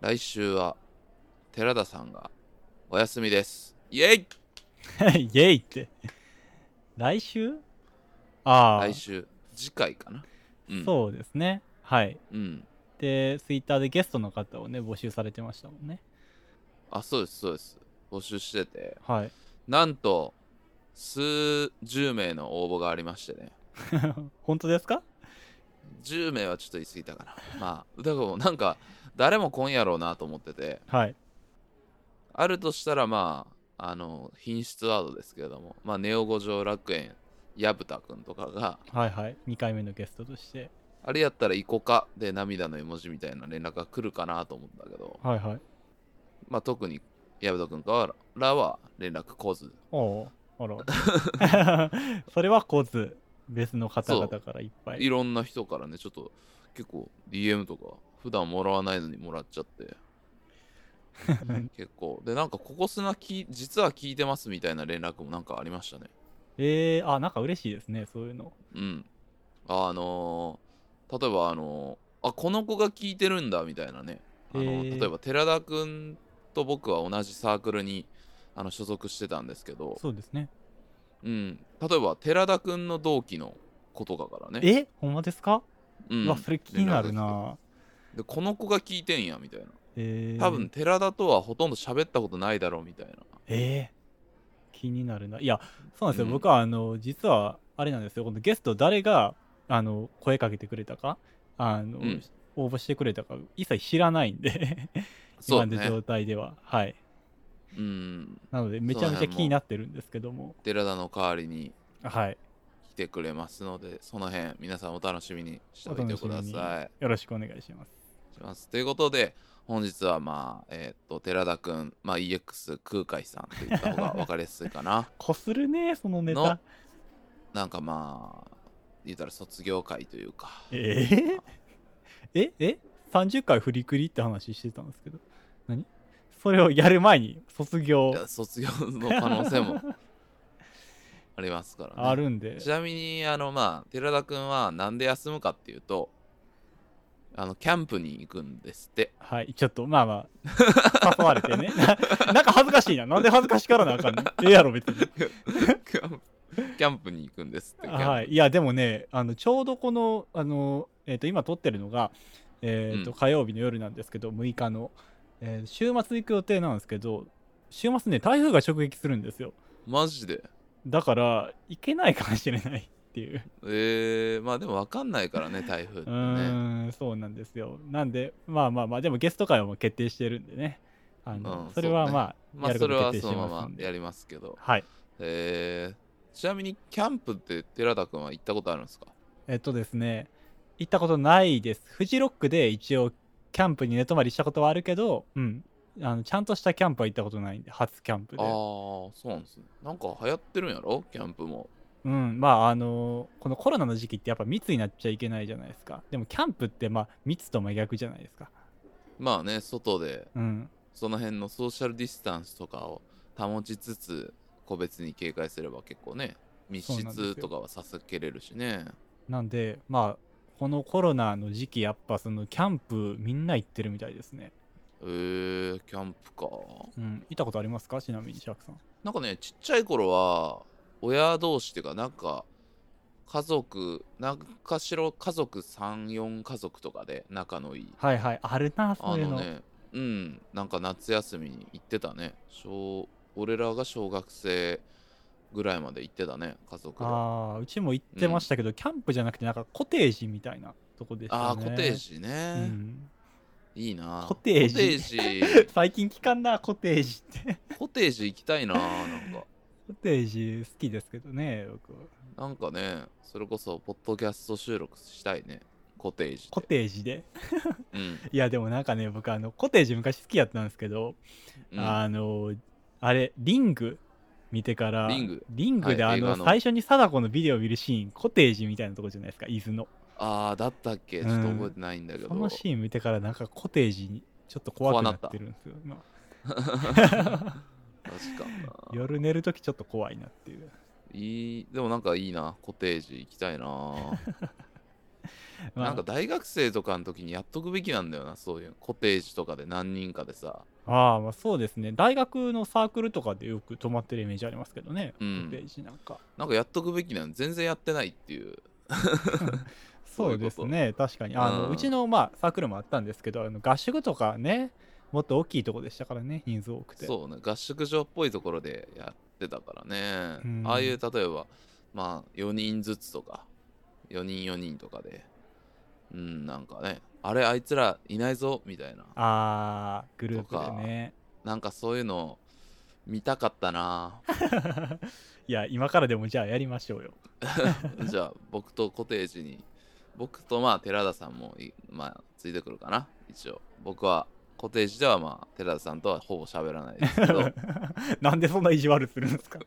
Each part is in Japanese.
来週は寺田さんがお休みですイエイ イェイって。来週ああ来、週次回かなうんそうですね。はい。うんで、ツイッターでゲストの方をね、募集されてましたもんね。あそうですそうです募集しててはい。なんと数十名の応募がありましてね本当ですか10名はちょっと言い過ぎたかなまあだからなんか誰も来んやろうなと思っててはい。あるとしたらまああの品質ワードですけれどもまあネオ五条楽園矢蓋くんとかがはいはい。2回目のゲストとして。あれやったら行こかで涙の絵文字みたいな連絡が来るかなと思ったけどはいはい。まあ特に矢蓋くんからは連絡来ずおおう。あ ら。 それは来ず、別の方々からいっぱいい。ろんな人からねちょっと結構 DM とか普段もらわないのにもらっちゃって結構でなんかここ砂き実は聞いてますみたいな連絡もなんかありましたねえー、あ、なんか嬉しいですね、そういうの。うんあのー例えばあのーあこの子が聞いてるんだみたいなねあのへー例えば寺田くんと僕は同じサークルにあの所属してたんですけどそうですね。うん例えば寺田くんの同期の子とかからねえほんまですか、ううんわ、それ気になる連絡がな。来てでこの子が聞いてんやみたいなえー、多分寺田とはほとんど喋ったことないだろうみたいなえー、気になるな。いや、そうなんですよ。うん僕は、あの、実は、あれなんですよ。このゲスト、誰が、あの、声かけてくれたか、あの、うん応募してくれたか、一切知らないんで、 そう今のね状態では。はい。うんなので、めちゃめちゃ気になってるんですけども。寺田の代わりにはい。来てくれますのでその辺皆さんお楽しみにしておいてくだお楽しみにさいよろしくお願いします。しますということで本日はまあえーっと寺田くん、まあ、EX 空海さんって言った方が分かりやすいかな こするね、そのネのタ。なんかまあ言ったら卒業会というかえー、ええ ?30 回振りくりって話してたんですけど。何それをやる前に、卒業いや卒業の可能性もありますからねあるんで。ちなみにあのまあ寺田くんはなんで休むかっていうとあのキャンプに行くんです ってはい、ちょっと、まあまあ、誘われてね。 ななんか恥ずかしいな。なんで恥ずかしからなあかんのええやろ、別に。キャンプキャンプに行くんですってキャンプはい。いや、でもね、あの、ちょうどこの、あの、えっ、と、今撮ってるのが、えっ、と、うん火曜日の夜なんですけど、6日の、えー週末行く予定なんですけど、週末ね、台風が直撃するんですよ。マジでだから、行けないかもしれない っていう。えー、まあでも分かんないからね台風っうてねーん、そうなんですよ。なんで、まあまあまあ、でもゲスト会はもう決定してるんでね。あの、うんそれはそうねまあ、まやあるそこれとは決そ定してのまますまんで。やりますけどはい。えー、ちなみにキャンプって寺田くんは行ったことあるんですかえっとですね、行ったことないです。フジロックで一応、キャンプに寝泊まりしたことはあるけど、うん。あのちゃんとしたキャンプは行ったことないんで、初キャンプあであ。ーそうなんですねなんか流行ってるんやろキャンプもうん。まあ、あのこのコロナの時期ってやっぱ密になっちゃいけないじゃないですか。でも、キャンプって、まあ、密と真逆じゃないですか。まあね外でうん。その辺のソーシャルディスタンスとかを保ちつつ個別に警戒すれば結構ね密そうなんですよ室とかは避けれるしねなんで、まあ、このコロナの時期、やっぱそのキャンプみんな行ってるみたいですね。えー、キャンプかうん。行ったことありますかちなみに、シャークさん。なんかねちっちゃい頃は親同士っていうかなんか家族なんかしろ家族34家族とかで仲のいいはいはい。あるな、そあういうのの。ねうんなんか夏休みに行ってたね小俺らが小学生ぐらいまで行ってたね家族であああ、うちも行ってましたけど、キャンプじゃなくて、なんかコテージみたいなとこでしたね。あーコテージねう、ん。いいなコテージコテージ最近聞かんな、コテージって。 コテージ行きたいななんかコテージ好きですけどね、僕。なんかねそれこそポッドキャスト収録したいねコテージでコテージで。うん、いや、でもなんかね、僕、あの、コテージ昔好きやったんですけど、うん、あの、あれ、リング見てから、リングで、はいあ映の画の最初に貞子のビデオ見るシーン、コテージみたいなとこじゃないですか、伊豆の。ああだったっけちょっと覚えてないんだけど、そのシーン見てから、なんかコテージに、ちょっと怖くなってるんですよ。今確かにな夜寝るときちょっと怖いなっていう。いいでもなんかいいなコテージ行きたいな まあなんか大学生とかの時にやっとくべきなんだよなそういうコテージとかで何人かでさああまあそうですね大学のサークルとかでよく泊まってるイメージありますけどね、うんコテージなんかなんかやっとくべきなのに全然やってないっていうそうそいううことですね確かにあの、ううんちの、まあ、サークルもあったんですけどあの合宿とかねもっと大きいとこでしたからね人数多くてそうね合宿所っぽいところでやってたからね、うんああいう例えばまあ4人ずつとか4人4人とかでうんなんかねあれあいつらいないぞみたいなああグループでねなんかそういうの見たかった ないや今からでもじゃあやりましょうよじゃあ僕とコテージに僕とまあ寺田さんもいまあついてくるかな一応僕はコテージではまあ寺田さんとはほぼ喋らないですけど なんでそんな意地悪するんですか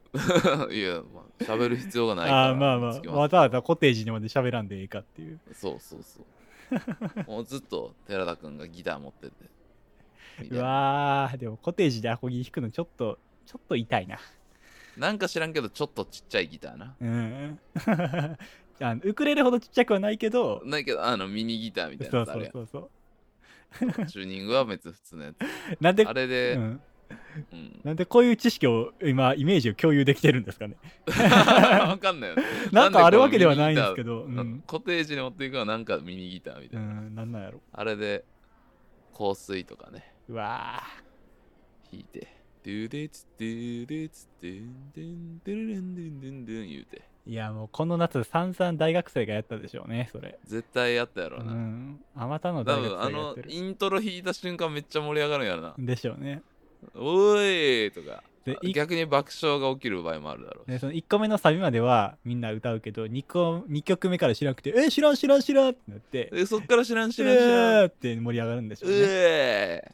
いやまあ喋る必要がないからああまあまつきあすわざわざコテージにまで喋らんでいいかっていうそうそうそうもうずっと寺田くんがギター持っててみたういなわーでもコテージでアコギ弾くのちょっとちょっと痛いななんか知らんけどちょっとちっちゃいギターなうん あのウクレレほどちっちゃくはないけどないけどあのミニギターみたいなそやうつあそれうやんそうそうチューニングは別に普通のやなんでつあれで、ううんん、なんでこういう知識を今イメージを共有できてるんですかね 分かんないよねなんかあるわけではないんでこですうけど、うミニギターん、コテージに持っていくのはなんかミニギターみたういな、ん、なんなんやろ。あれで香水とかねうわー弾いてドゥデツドゥデツドゥンドゥンドゥルルンドゥンドゥンドゥン言うていやもうこの夏散々大学生がやったでしょうね、それ。絶対やったやろううな、ん、あまたの多大学分あ生がやっのてる。イントロ弾いた瞬間めっちゃ盛り上がるんやろなでしょうね。 「おーい!」とかでい逆に爆笑が起きる場合もあるだろうしでその1個目のサビまではみんな歌うけど 2, 個2曲目から知らなくて「え知らん知らん知らん」ってなってでそっから知らん「知らん知らんうーって盛り上がるんでしょううね。えー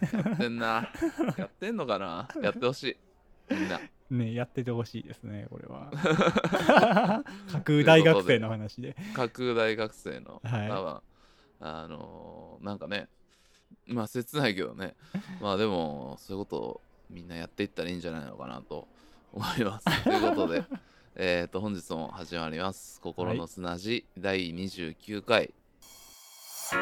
やって んなやってんのかなやってほしいみんなねやっててほしいですねこれ は。架空大学生の話で。架空大学生の、はい多分あのーなんかねまあ切ないけどねまあでもそういうことをみんなやっていったらいいんじゃないのかなと思います ということでえっと本日も始まります「心の砂地、第29回 君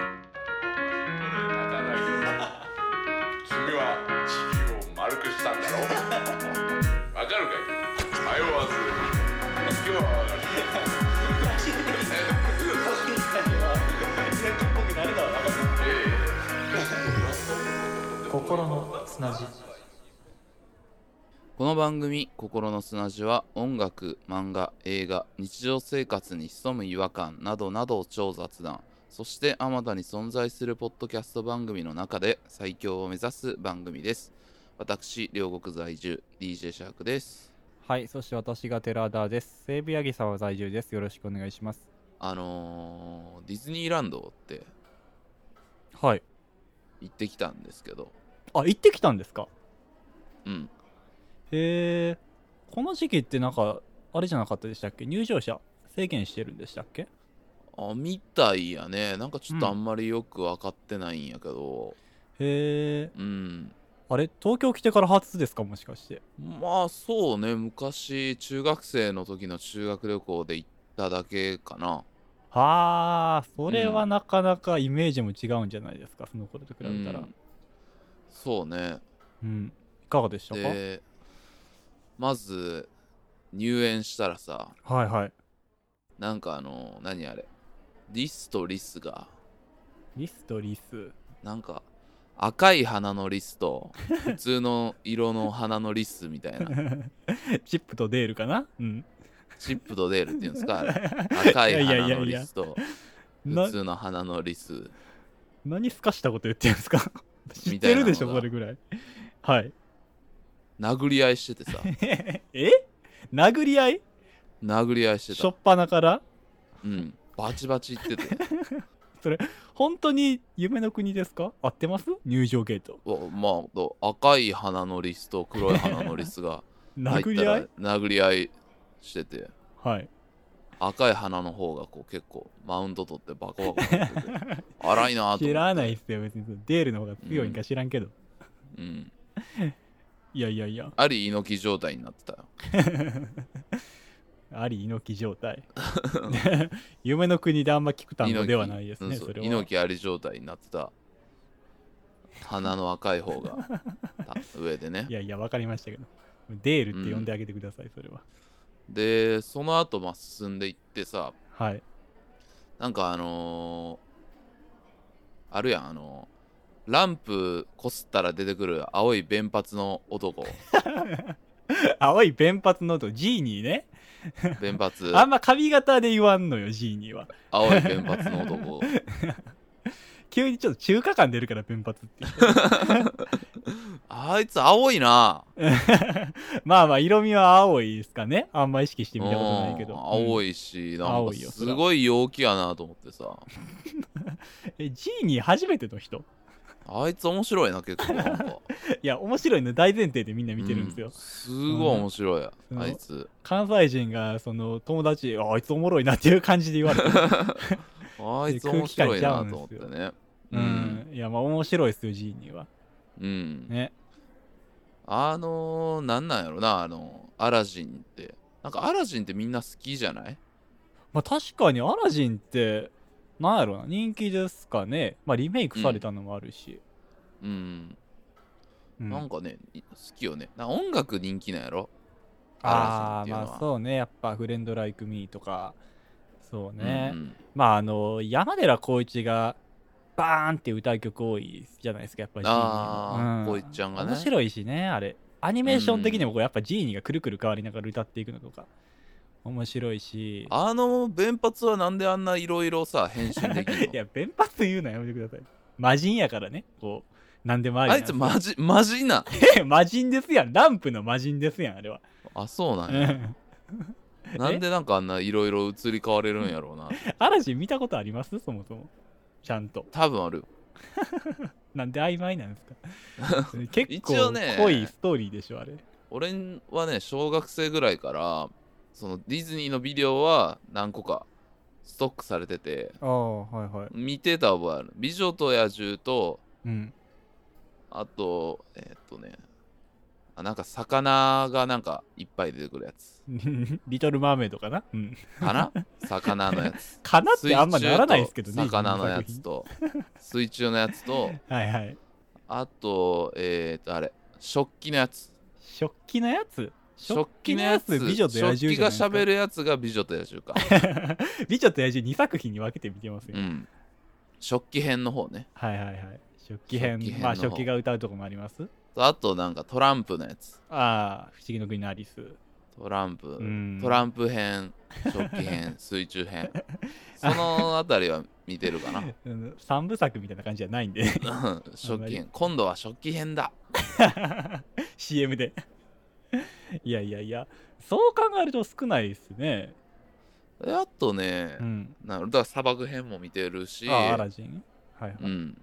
は地球を丸くしたんだろうわかるかい迷わず今日はわかる心の砂地。」この番組「心の砂地」は音楽漫画映画日常生活に潜む違和感などなどを超雑談そしてあまたに存在するポッドキャスト番組の中で最強を目指す番組です私両国在住 DJ シャークですはい、そして私が寺田です。西部八木沢在住です。よろしくお願いします。あのーディズニーランドってはい。行ってきたんですけどあ、行ってきたんですかうんへえ。この時期ってなんか、あれじゃなかったでしたっけ入場者制限してるんでしたっけあみたいやねなんかちょっとあんまりよく分かってないんやけどへえ。うんあれ東京来てから初ですかもしかして。まあそうね昔中学生の時の修学旅行で行っただけかなあー、それうはんなかなかイメージも違うんじゃないですか、その頃と比べたら。ううんん。そうねいかがでしたかはいでまず入園したらさはい。なんかあの何あれリスとリスがリスとリス。なんか赤い花のリス と普通の色の花のリスみたいなチップとデールかなうん。チップとデールっていうんですかあ れ赤いいや花いやのいリやスとな普通の花のリス何すかしたこと言ってるんで すか知っみたいなのてがるでしょそれぐらいはい 殴り合いしててさえ殴り合い殴り合いしてたしょっぱなからうん、バチバチ言ってて 本当に夢の国ですか合ってます入場ゲートおまあど赤い花のリスと黒い花のリスが入 殴っりた合らい殴り合いしててはい赤い花の方がこう結構マウント取ってバコバコなってて 荒いなと思って知らないっすよ別にデールの方が強いんうか知らんけど、うん、 いやいやいやあり猪木状態になってたよあり猪木 状態 で夢の国であんま聞く単語ではないですね猪木それうんそうは猪木あり状態になってた鼻の赤い方 がた上でねいやいや分かりましたけどデールって呼んであげてください、それはでその後まあ進んでいってさはいなんかあのーあるやんあのーランプこすったら出てくる青い弁髪の 男青い弁髪の音ジーニーね弁髪あんま髪型で言わんのよジーニーは青い弁髪の男急にちょっと中華感出るから弁髪って言ってあいつ青いなまあまあ色味は青いですかねあんま意識してみたことないけどうんい青いし、なん青かいよすごい陽気やなと思ってさえジーニー初めての人あいつ面白いな結構なんかいや面白いの大前提でみん な見てるんですよ、うすごい面白い、うんあいつ関西人がその友達ああいつおもろいなっていう感じで言われてあいつ面白いなと思って空気ねうんいやまあ面白いですよジーニーはうん、ねあのー、なんなんやろなあのアラジンってなんかアラジンってみんな好きじゃないまあ確かにアラジンってなんやろな人気ですかねまあリメイクされたのもあるし、うん、うんなんかねい好きよねなんか音楽人気なんやろあアラあジンっていうのはまあそうねやっぱ「フレンド・ライク・ミー」とかそうね、うんうんまああの山寺宏一がバーンって歌う曲多いじゃないですかやっぱジーニーはあーうん光一ちゃんがね面白いしねあれアニメーション的にもこうやっぱジーニーがくるくる変わりながら歌っていくのとか面白いしあの弁髪はなんであんないろいろさ変身できる いのや弁髪言うのやめてください魔人やからねこう何でもありあいつマジマジなジ 魔人ですやんランプの魔人ですやんあれは、あそうなんうやんなんでなんかあんないろいろ移り変われるんやろうな嵐見たことありますそもそもちゃんと多分あるなんで曖昧なんです か結一構応ね濃いストーリーでしょあれ俺はね小学生ぐらいからそのディズニーのビデオは何個かストックされててああはいはい見てた覚えある「美女と野獣」とうん あとえーっとねあなんか魚がなんかいっぱい出てくるやつリトル・マーメイドかな、うん、か な魚のやつかなっ水てあんまならないですけど中ねと魚のやつと水中のやつとはいはいあとえーっとあれ食器のやつ食器のやつ食器のやつ美女と野獣食器じゃがないですか喋るやつが美女と野獣か 美女と野獣2作品に分けて見てますよ、うん食器編の方ねはいはいはい食器編食器編まあの方食器が歌うとこもありますあとなんかトランプのやつああ不思議の国のアリストランプ、んトランプ編食器 編水中編そのあたりは見てるかなうん三部作みたいな感じじゃないんでう ん食器編今度は食器編だ CM で いやいやいやそう考えると少ないですねであとね、うんなだから砂漠編も見てるしああアラジンはいはい、うん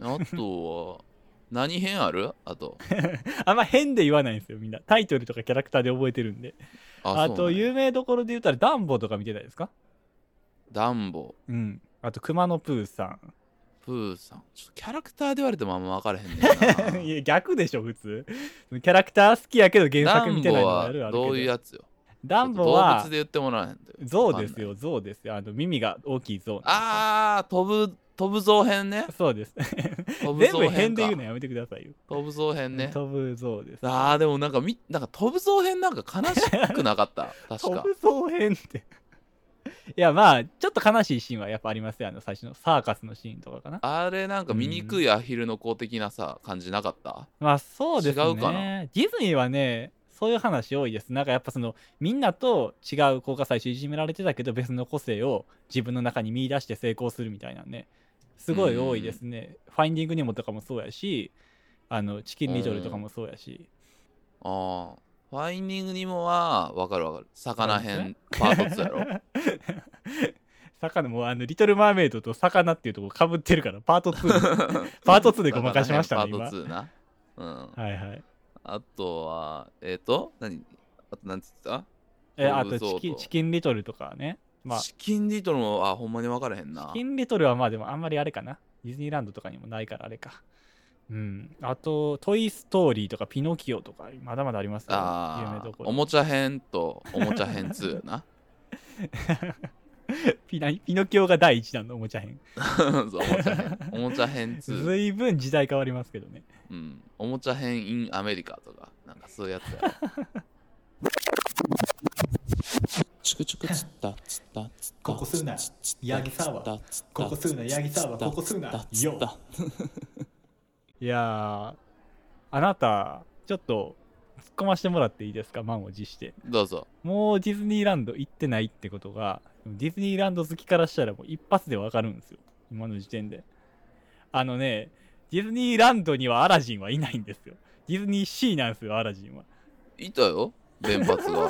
あとは何編あるあ とあんま変で言わないんですよみんなタイトルとかキャラクターで覚えてるんであそうとね有名どころで言ったらダンボとか見てないですかダンボうんあと熊野プーさプーさんちょっとキャラクターで言われてもあんま分からへんねんなん いや逆でしょ普通キャラクター好きやけど原ダ作見ンてボないのがあはるあるけどういうやつよダンボは動物で言ってもらわへんと象ですわよ象ですよあの耳が大きいか象んないあー飛ぶ飛ぶ象編ねそうです 飛ぶ全象部編か変で言うのやめてくださいよ、飛ぶ象編ね飛ぶ象ですあーでもなんかみなんか飛ぶ象編なんか悲しくなかった確 飛かぶ象編って いやまあちょっと悲しいシーンはやっぱありますよあの最初のサーカスのシーンとかかなあれなんか醜いアヒルの子的なさ感じなかったまあそうですね違うかなディズニーはねそういう話多いですなんかやっぱそのみんなと違う子が最初いじめられてたけど別の個性を自分の中に見出して成功するみたいなねすごい多いですね「ファインディング・ニモ」とかもそうやしあのチキン・リトルとかもそうやしあーファインディングにもはわかるわかる魚そう編パート2やろ魚もあのリトル・マーメイドと魚っていうとこかぶってるからパート2 パート2でごまかしましたね魚編パー今ト2なうんはいはいあとはえっ、と何あと何つったえあそとうそうチキンそうチキン・リトルとかねまあチキンリトルもあほんまに分からへんなチキンリトルはまあでもあんまりあれかな。ディズニーランドとかにもないからあれか。うん、あと「トイ・ストーリー」とか「ピノキオ」とかまだまだありますから有名ああどこ、ろおもちゃ編とおもちゃ編2やな。ピナピノキオが第一弾のおもちゃ編 そうおもちゃ編。おもちゃ編2。随分時代変わりますけどねうん。おもちゃ編 in アメリカとか、なんかそういうやつやろ。チクチクつったつったつったここすんなヤギサーバーここすんなヤギサーバーここすんなよいやーあなたちょっと突っ込ませてもらっていいですか満を持してどうぞ。もうディズニーランド行ってないってことがディズニーランド好きからしたらもう一発でわかるんですよ今の時点であのねディズニーランドにはアラジンはいないんですよディズニーシーなんですよアラジンはいたよ、弁髪が。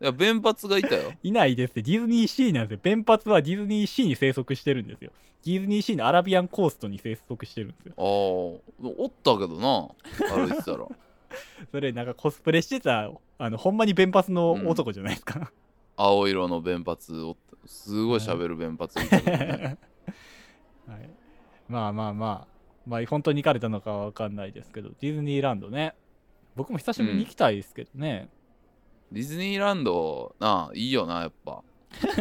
いや、弁髪がいたよ。いないですってディズニーシーなんですよ弁髪はディズニーシーに生息してるんですよディズニーシーのアラビアンコーストに生息してるんですよああ、おったけどな、歩いてたら。それなんかコスプレしてたあのほんまに弁髪の男じゃないですか、青色の弁髪を、すごい喋る弁髪いたけどね。はい、まあまあまあ、まあ、本当に行かれたのかは分かんないですけどディズニーランドね僕も久しぶりに行きたいですけどね、ディズニーランド、なあ、いいよな、やっぱ。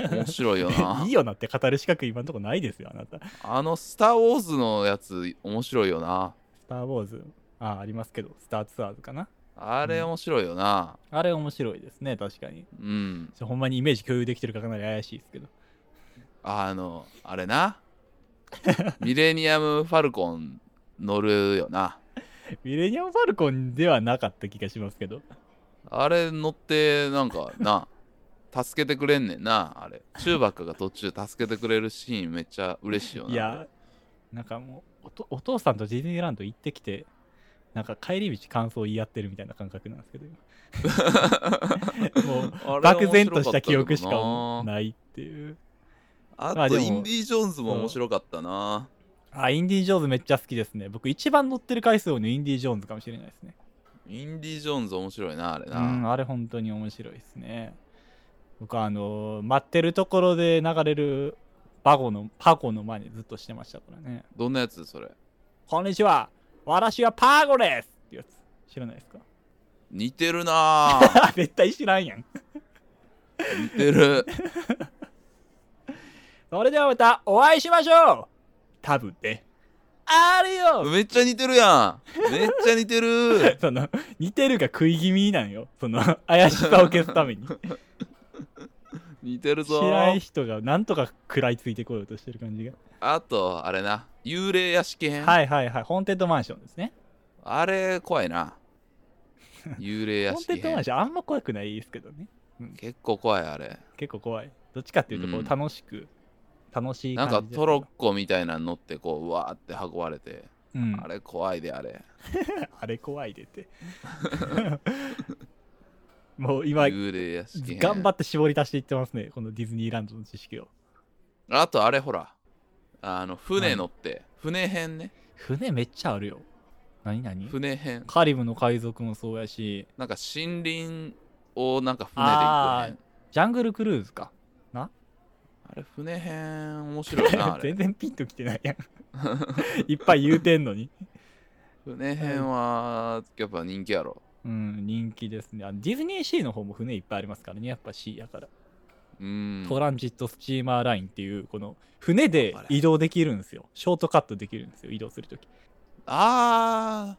面白いよ ない い。よなって語る資格今のとこないですよあなた「あの、スター・ウォーズのやつ、面白いよな。スター・ウォーズ」あありますけど「スター・ツアーズ」かなあれ面白いよな。あれ面白いですね確かにうん。ちょほんまにイメージ共有できてるかかなり怪しいですけどあの、あれな。 ミレニアム・ファルコン乗るよな。ミレニアム・ファルコンではなかった気がしますけどあれ乗って、なんか、なあ、助けてくれんねんな、あれ。チューバックが途中助けてくれるシーンめっちゃ嬉しいよな。いやなんかもうおとお父さんとディズニーランド行ってきてなんか帰り道感想言い合ってるみたいな感覚なんですけど 今もうあれ漠然とした記憶し面白かかったけどなないっていうああでと、もインディ・ジョーンズも面白かったな。あインディ・ージョーンズめっちゃ好きですね僕一番乗ってる回数多いのインディ・ージョーンズかもしれないですねインディ・ジョーンズ面白いな、あれうな。んあれ本当に面白いですね僕はあのー待ってるところで流れるバゴのパゴの前にずっとしてましたからねどんなやつそれこんにちは私はパーゴですってやつ知らないですか似てるなぁ 絶対知らんやん似て る。それではまたお会いしましょう多分ね。あるよ。めっちゃ似てるやん。めっちゃ似てるその、似てるが食い気味なんよ。その、怪しさを消す ために。似てる知ぞ。らん人がなんとか食らいついてこようとしてる感じが。あと、あれな。幽霊屋敷編。はいはいはい。ホーンテッドマンションですね。あれ、怖い な。幽霊屋ホーンテ敷ッドマ編ン。ションあんま怖くないですけどね。結構怖い、あれ。結構怖い。どっちかっていうと、こううん楽しく、楽しいな感んじかですトロッコみたいなの乗って、こう、うわーって運ばれて。うん、あれ、怖いで、あれ。あれ怖いで って。もう今、幽霊屋敷編。頑張って絞り出していってますね。このディズニーランドの知識を。あと、あれ、ほら。あの、船乗って。船編ね。船めっちゃあるよ。何何船編。カリブの海賊もそうやし、なんか森林をなんか船で行くあー編。ジャングルクルーズか。あれ、船編、面白いな、あれ 全。然ピンときてないやん。 いっぱい言うてんのに。船編は、やっぱ人気やろ。うん、人気ですね。あのディズニーシーの方も船いっぱいありますからね、やっぱシーやから。うーん。トランジットスチーマーラインっていう、この船で移動できるんですよ。ショートカットできるんですよ、移動するとき。あ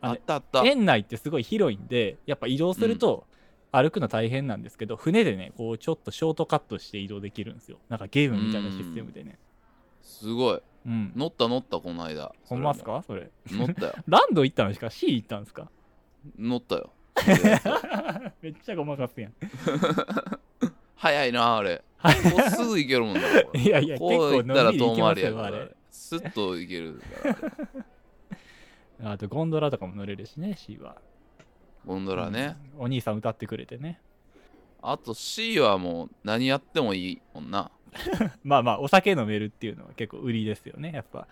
あああれったあった。園内ってすごい広いんで、やっぱ移動すると歩くの大変なんですけど、船でね、こうちょっとショートカットして移動できるんですよ。なんかゲームみたいなシステムでね。すごい。うん。乗った乗った、この間。ほんまっすかそれ。それも乗ったよ。ランド行ったんですか ?C 行ったんです か乗ったよ。めっちゃごまかすやん。早いな、あれ。こうすぐ行けるもんだ。これ いやいや、こ結構う行ったのらんびり行遠きま回すりやよ、かあられ。。スッと行けるから。あれあと、ゴンドラとかも乗れるしね、C は。ゴンドラね。うん。お兄さん歌ってくれてね。あと C はもう何やってもいいもんな。まあまあ、お酒飲めるっていうのは結構売りですよね、やっぱ。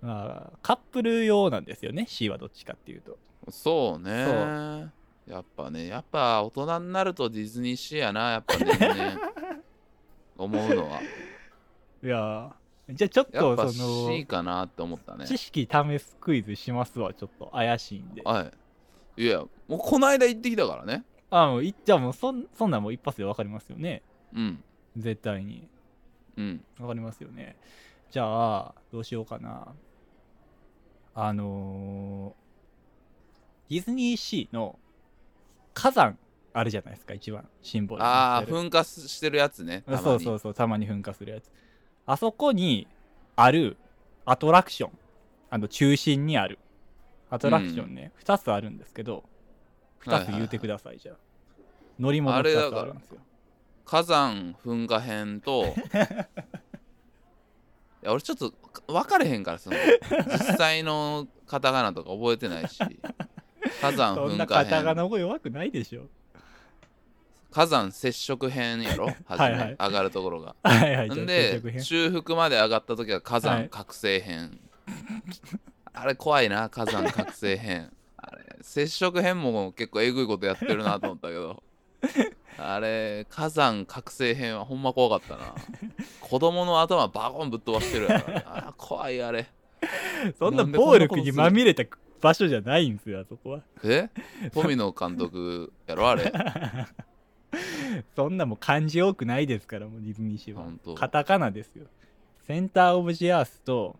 まあ、カップル用なんですよね、C はどっちかっていうと。そうねやっぱね、やっぱ大人になるとディズ ニーシーやな、やっぱね。思うのは。いやーじゃあちょっやっぱとそ C のかなって思ったね知識試すクイズしますわちょっと怪しいんではいいやもうこの間行ってきたからねあもういじゃあもうそんそんなんもう一発で分かりますよねうん絶対にうん分かりますよねじゃあどうしようかなあのーディズニーシーの火山あるじゃないですか一番シンボルになあっあてる噴火してるやつねたまにそうそうそうたまに噴火するやつあそこにあるアトラクションあの中心にあるアトラクションね、2つあるんですけど2つ言うてください,、じゃあ乗り物あれだか2つらあるんですよ火山噴火編 といや俺ちょっと分かれへんからその実際のカタカナとか覚えて ないし火山そんな噴カ火タカナ編語弱くないでしょ 火山接触編やろ初めはいはい上がるところがはいはいじゃんあで接触編中腹まで上がった時は火は山い覚醒編、 あれ怖いな火山覚醒編あれ接触編も結構えぐいことやってるなと思ったけどあれ火山覚醒編はほんま怖かったな子供の頭バコンぶっ飛ばしてるやろあれあー怖いあれそんななんでこんな暴力ことすにるまみれた場所じゃないんですよあそこは え富野監督やろあれそんなもう漢字多くないですからもうディズニーシーはほんとカタカナですよセンターオブジェアースと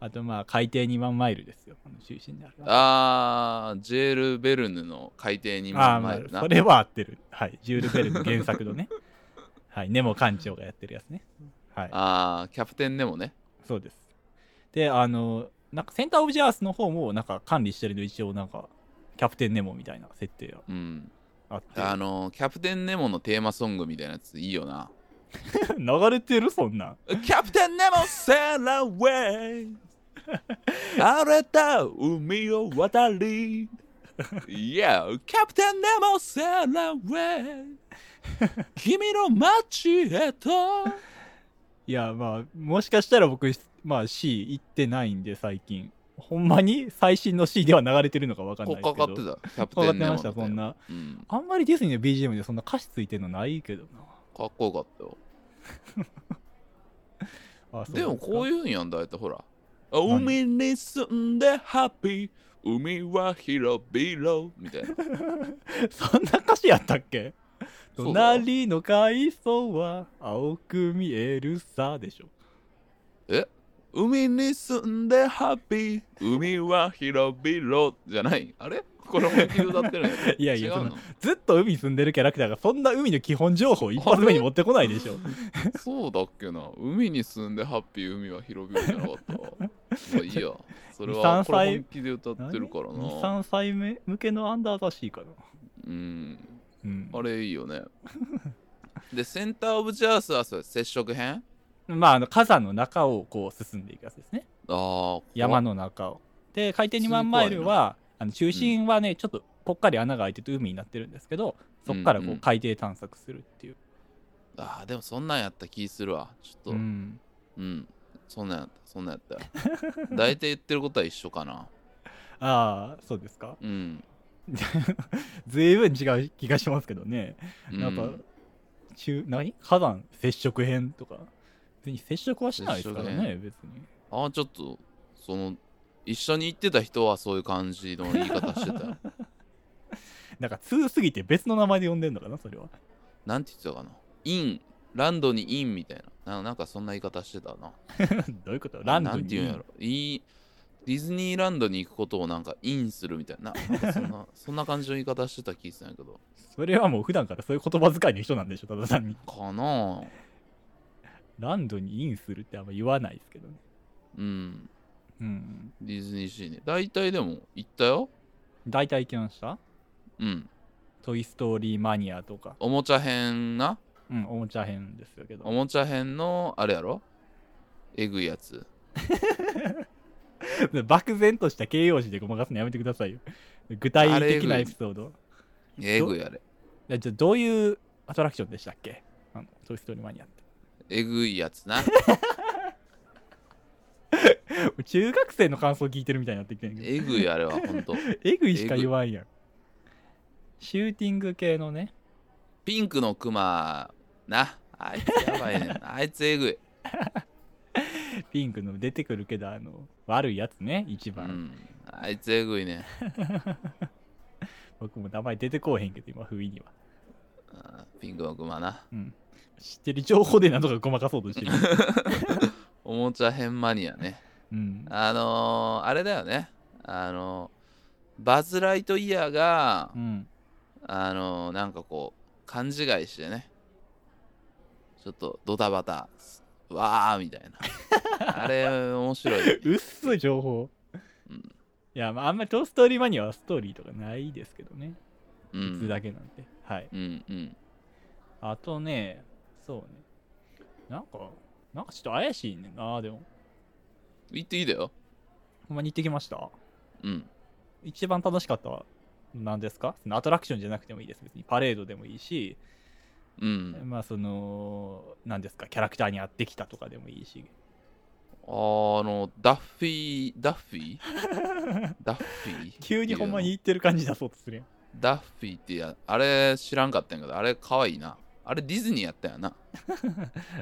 あとまあ海底2万マイルですよあの中心にあるあージェール・ベルヌの海底にああマイルまあ、なそれは合ってる。はい。ジュール・ベルの原作 のね。はい。ネモ艦長がやってるやつね。はい。あーキャプテンでもねそうです。で、あの、なんかセンター・オブ・ジェアースの方も、なんか管理してるの一応、なんか、キャプテン・ネモみたいな設定がうんあって。あのキャプテンネモのテーマソングみたいなやついいよな 流れてるそんなん。キャプテンネモセーラーウェ イ荒れた海を渡り Yeah キャプテンネモセーラーウェイ君の街へといや、まあ、もしかしたら僕、まあ C 行ってないんで、最近。ほんまに最新の C では流れてるのかわかんないこですこかけど。かってたキャプかテかっンネてモまのした、そんな。うん、あんまりディズニーの BGM でそんな歌詞ついてるのないけどな。かっこよかったよあそうでもこういいうんやんだいたいほら海に住んでハッピー海は広々みたいなうそんな歌詞やったっけそうだよ隣の海藻は青く見えるさでしょ海に住んでハッピー海は広々じゃないあれこれ本気で歌ってるんや いやいや違うのずっと海住んでるキャラクターがそんな海の基本情報一発目に持ってこないでしょそうだっけな海に住んでハッピー海は広々じゃなかった まあいいやそれは23これ歳本気で歌ってるからな23歳目向けのアンダーザシーかな、うんうん、あれいいよねでセンターオブジャースはそれ接触編まああの火山の中をこう進んでいくやつですねあー山の中をで海底2万マイルはあの中心はね、ちょっとぽっかり穴が開いてて海になってるんですけどそこからうんこううん海底探索するっていう、あーでもそんなんやった気するわちょっとううん、んそんなんやったそんなんやった大体言ってることは一緒かなああそうですか うんずいぶん違う気がしますけどね、うんなんか中何火山接触編とか別に接触はしないですから接触ね別にああちょっとその一緒に行ってた人はそういう感じの言い方して たよなんか通すぎて別の名前で呼んでんのかなそれは なんて言ってたかなインランドにインみたいなななんかそんな言い方してたなどういうことランドなんにて言うんやろいいディズニーランドに行くことをなんかインするみたいななんかそんな そんな感じの言い方してた気するんやけどそれはもう普段からそういう言葉遣いの人なんでしょただ単にかなあランドにインするってあんま言わないですけどねうんうんディズニーシーね大体でも行ったよ大体行きましたうん「トイ・ストーリー・マニア」とか、おもちゃ編なうん、おもちゃ編ですけおどもちゃ編のあれやろえぐいやつ 漠然とした形容詞でごまかすのやめてください よ具体的なエピソードえぐいあれいやじゃあどういうアトラクションでしたっけあのトイ・ストーリーマニアって。えぐいやつなもう 中学生の感想聞いてるみたいになってきてるけど、えぐいあれは本当。 えぐいしか言わんやん。シューティング系のね、ピンクのクマなあいつやばいねんあいつえぐいピンクの出てくるけど、あの、悪いやつね、一う番。ん、あいつえぐいね。僕も名前出てこうへんけど、今、不意には。あーピンクのクマな。うん。知ってる情報でなんとかごまかそう としてる。おもちゃ編マニアね。うん。あのー、あれだよね。あのー、バズ・ライトイヤーがう、ん。あのー、なんかこう、勘違いしてね。ちょっとドタバタ、わーみたいな。あれ、面白い。薄い情報。うんいや、まあ、あんまりトーストーリーマニアはストーリーとかないですけどね。う普通ん。だけなんで。はい。うんうん。あとね、そうね。なんか、なんかちょっと怪しいねんな、でも。言っていいだよ。ほんまに行ってきましたうん。一番楽しかったなんですかそのアトラクションじゃなくてもいいです別にパレードでもいいし、うん。まあその何ですかキャラクターに会ってきたとかでもいい しあの、ダッフィー、ダッフィーダッフィー 急にほんまに。言ってる感じ出そうとするやんダッフィーってや、あれ知らんかったんやけど、あれ可愛いな。あれディズニーやったよな。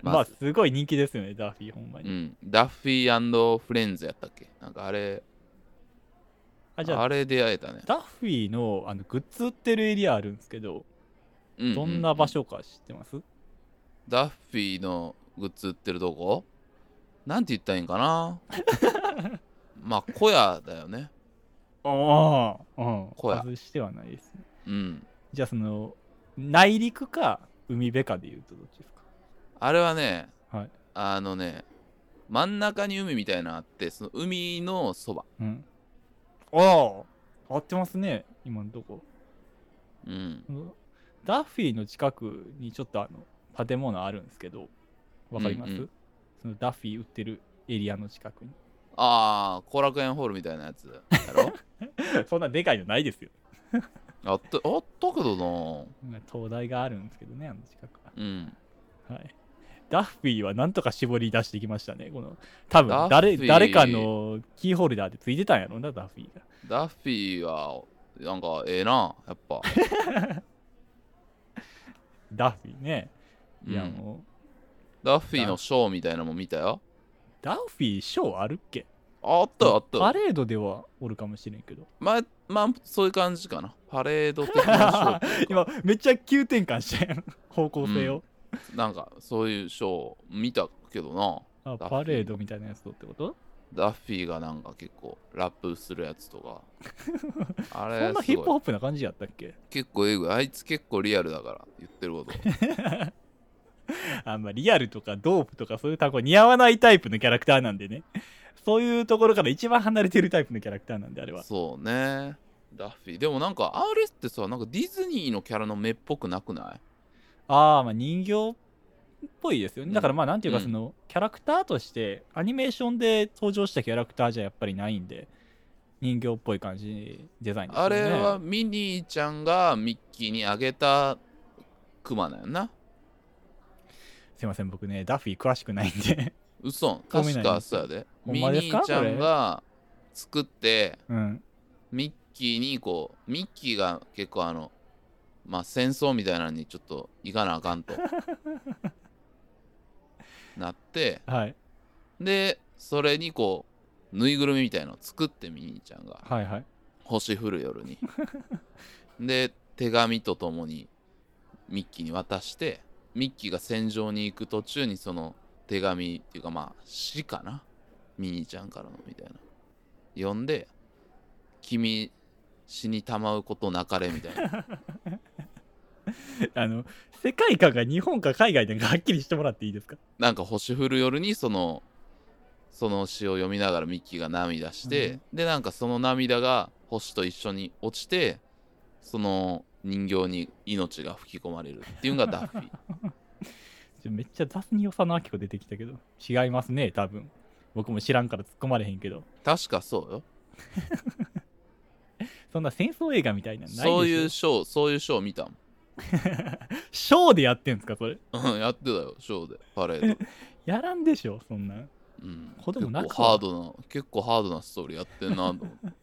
まあまずすごい人気ですよねダーフィーほんまうに、ん。ダッフィーフレンズやったっけなんかあれ、あじゃああれ出会えたね。ダッフィーのあのグッズ売ってるエリアあるんですけどううどんな場所か知ってます、ダッフィーのグッズ売ってるとこなんて言ったらいいんか なまあ、小屋だよね。ああうんこや外してはないですねうん。じゃあその内陸か海辺かで言うとどっちですかあれはね、はいあのね、真ん中に海みたいなのあって、その海のそば。うんああ合ってますね今のとこうん。ダッフィーの近くにちょっとあの建物あるんですけどわかります、うんうんそのダッフィー売ってるエリアの近くにああ、後楽園ホールみたいなやつ やろそんなでかいのないですよあったあったけどな灯台があるんですけどねあの近くはうん。はいダッフィーはなんとか絞り出してきましたねこの多分ダッフィ誰ー誰かのキーホルダーでついてたんやろなダッフィーがダッフィーは、なんかええな、やっ ぱ。ダッフィーねいやうんもう、ダッフィーのショーみたいなのも見たよ。ダッフィーショーあるっけああったよ、あったパよ。レードではおるかもしれんけどまあ、まあ、そういう感じかな。パレード的なショーっていうか今めっちゃ急転換したやん方向性を、 なんか、そういうショー見たけどな。ダッあフィーパレードみたいなやつとってことダッフィーがなんか結構ラップするやつと か。あそれんなすヒップごホいップな感じやったっけ結構えぐい。あいつ結構リアルだから、言ってること。あんまリアルとかドープとかそういう単語似合わないタイプのキャラクターなんでね そういうところから一番離れてるタイプのキャラクターなんであれはそうね。ダッフィー。でもなんか、あれってさ、なんかディズニーのキャラの目っぽくなくないああまあ人形っぽいですようねんだからまあなんていうかうんその、キャラクターとしてアニメーションで登場したキャラクターじゃやっぱりないんで人形っぽい感じデザインですあよねれはミニーちゃんがミッキーにあげたクマなんやな。すいません僕ねダッフィー詳しくないんで 嘘ごめん確なかいそうやで。ほミニんまですかーちゃんが作って、うんミッキーにこう、ミッキーが結構あの、まあ戦争みたいなのにちょっと行かなあか んと。なって、はいで、それにこう、ぬいぐるみみたいなのを作ってミニーちゃんが。はいはい星降る夜にで手紙とともにミッキーに渡してミッキーが戦場に行く途中にその手紙っていうかまあ詩かなミニーちゃんからのみたいな読んで「君死にたまうことなかれ」みたいな あの世界観が日本か海外でかはっきりしてもらっていいですかなんか星降る夜にそのその詩を読みながらミッキーが涙して、でなんかその涙が星と一緒に落ちてその人形に命が吹き込まれるっていうのがダッ フィーちょめっちゃ雑に与謝野明子出てきたけど違いますね多分僕も知らんから突っ込まれへんけど確かそうよ。そんな戦争映画みたいなのないですよそういうショー、そういうショー見たもん。ショーでやってんすかそれうんやってたよ、ショーで、パレード。やらんでしょそんなんうん、子供泣結く構わハードな、結構ハードなストーリーやってんなと思っ て。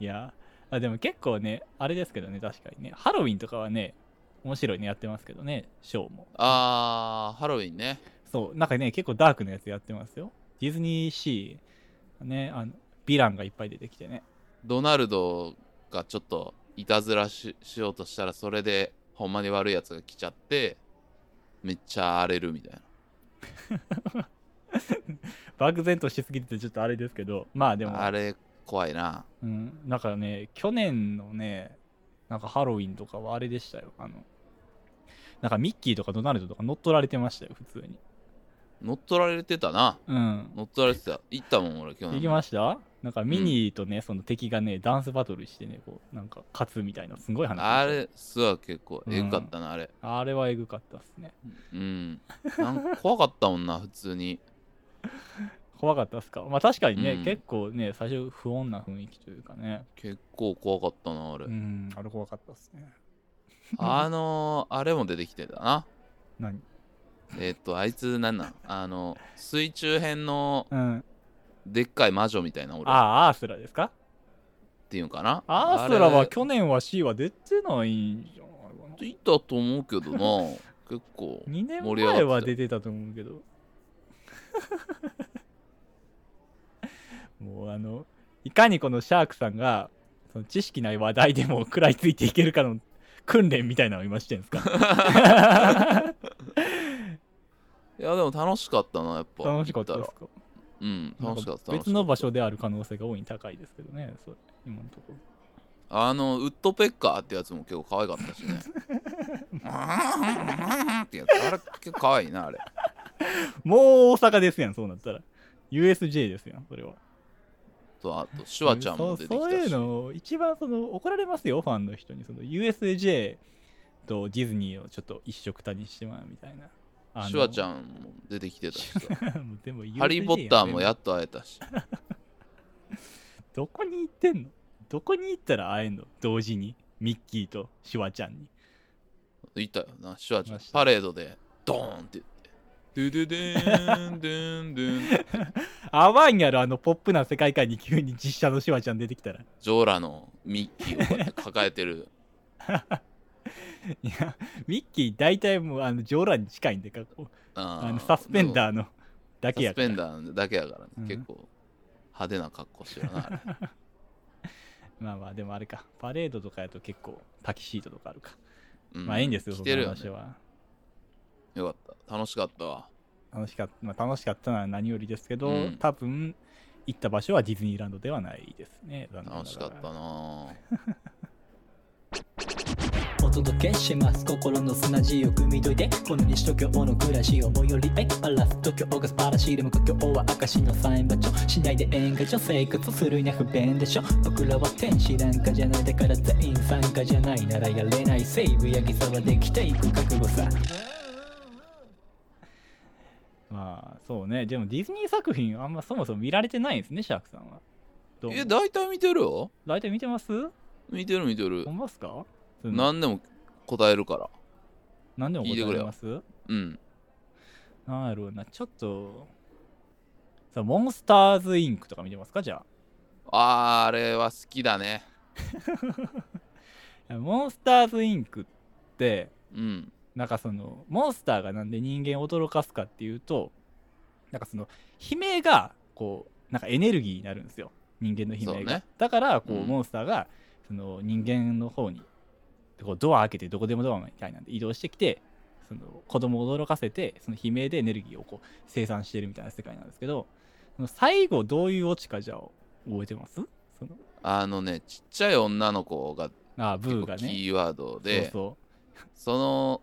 いやあでも結構ねあれですけどね確かにねハロウィンとかはね面白いねやってますけどねショーもあー、ハロウィンね。そう、なんかね、結構ダークなやつやってますよ。ディズニーシー、ね、あの、ヴィランがいっぱい出てきてね。ドナルドがちょっといたずらししようとしたらそれでほんまに悪いやつが来ちゃってめっちゃ荒れるみたいな漠然としすぎててちょっとあれですけど、まあでも、あれ怖いなうん、なんかね、去年のね、なんかハロウィンとかはあれでしたよ。あの、なんかミッキーとかドナルドとか乗っ取られてましたよ、普通に。乗っ取られてたなうん。乗っ取られてた行ったもん俺去年行きましたなんかミニーとね、その敵がね、ダンスバトルしてね、こう、なんか勝つみたいな、すごい話。あれすわ結構えぐかったな、あれあれはエグかったっすね。うんなんか怖かったもんな普通に怖かったっすかまあ確かにね、うん結構ね、最初不穏な雰囲気というかね。結構怖かったなあれ、うん、あれ怖かったっすね。あのー、あれも出てきてたな何えっとあいつなんなんあの水中編のうん。でっかい魔女みたいな俺っああ、アースラですかていうんかなアースラあはれ去年は C は出てないんじゃないかな。いたと思うけ どな結構2年盛り上がって前たは出てたと思うけど もうあのいかにこのシャークさんがその知識ない話題でも食らいついていけるかの訓練みたいなのを今してるんですかいやでも楽しかったなやっぱ楽しかった行でらすかうん楽しかったなんか別の場所所である可能性が大いに高いですけどねそれ今のとこあのウッドペッカーってやつも結構可愛かったし ねってやつあれ結構可愛いなあれろもう大阪ですやんそうなったら USJ ですやんそれはとあとシュワちゃんも出てきたしそうそういうの一番その怒られますよファンの人にその USJ とディズニーをちょっと一緒くたにしてまうみたいなシュワちんゃんも出てきてたしさも うでも USJ ハリー・ポッターもややっと会えたしどこに行ってんのどこに行ったら会えんの同時にミッキーとシュワちゃんにいたよなシュワちゃいんましたパレードでドーンって言ってドゥドゥドゥーンドゥンドゥン合わんやろあのポップな世界観に急に実写のシュワちゃん出てきたら ジョーラのミッキーをこうやって抱えてるいやミッキー大体もうあのジョーラに近いんでかこうあーあのサスペンダーのだけやサスからペンダーだけやからね、うん結構派手な格好してるなあ れまあまあでもあれかパレードとかやと結構タキシートとかあるかうまあいいんですよ、来そてのるよ、話ね、は。よかった楽しかったわ楽しかった、まあ、楽しかったのは何よりですけど、うん多分行った場所はディズニーランドではないですね。残念ながら楽しかったなお届けします心の砂地を汲み解いてこの西東京の暮らしを最寄りへバラす東京が素晴らしいでも故郷は証のサイン場所しないで演歌所生活するには不便でしょ僕らは天使なんかじゃないだから全員参加じゃないならやれないセーブやぎさはできていく覚悟さまあそうね、でもディズニー作品あんまそもそも見られてないんですね、シャークさんは。どうえ大体見てるよ大体見てます見てる見てるほんまっすかその何でも答えるから何でも聞いてくれ答えよますうんなんやろうな、ちょっと。さモンスターズインクとか見てますかじゃあーあれは好きだねあ。モンスターズインクって、うんなんかそのモンスターがなんで人間を驚かすかっていうとなんかその悲鳴がこうなんかエネルギーになるんですよ人間の悲そう鳴が、ねだからこう、うんモンスターがその人間の方にこうドア開けてどこでもドアみたいなんで移動してきてその子供を驚かせてその悲鳴でエネルギーをこう生産してるみたいな世界なんですけどその最後どういうオチかじゃあ覚えてますそのあのねちっちゃい女の子があーブ結ー構がキねーワードでそうそうその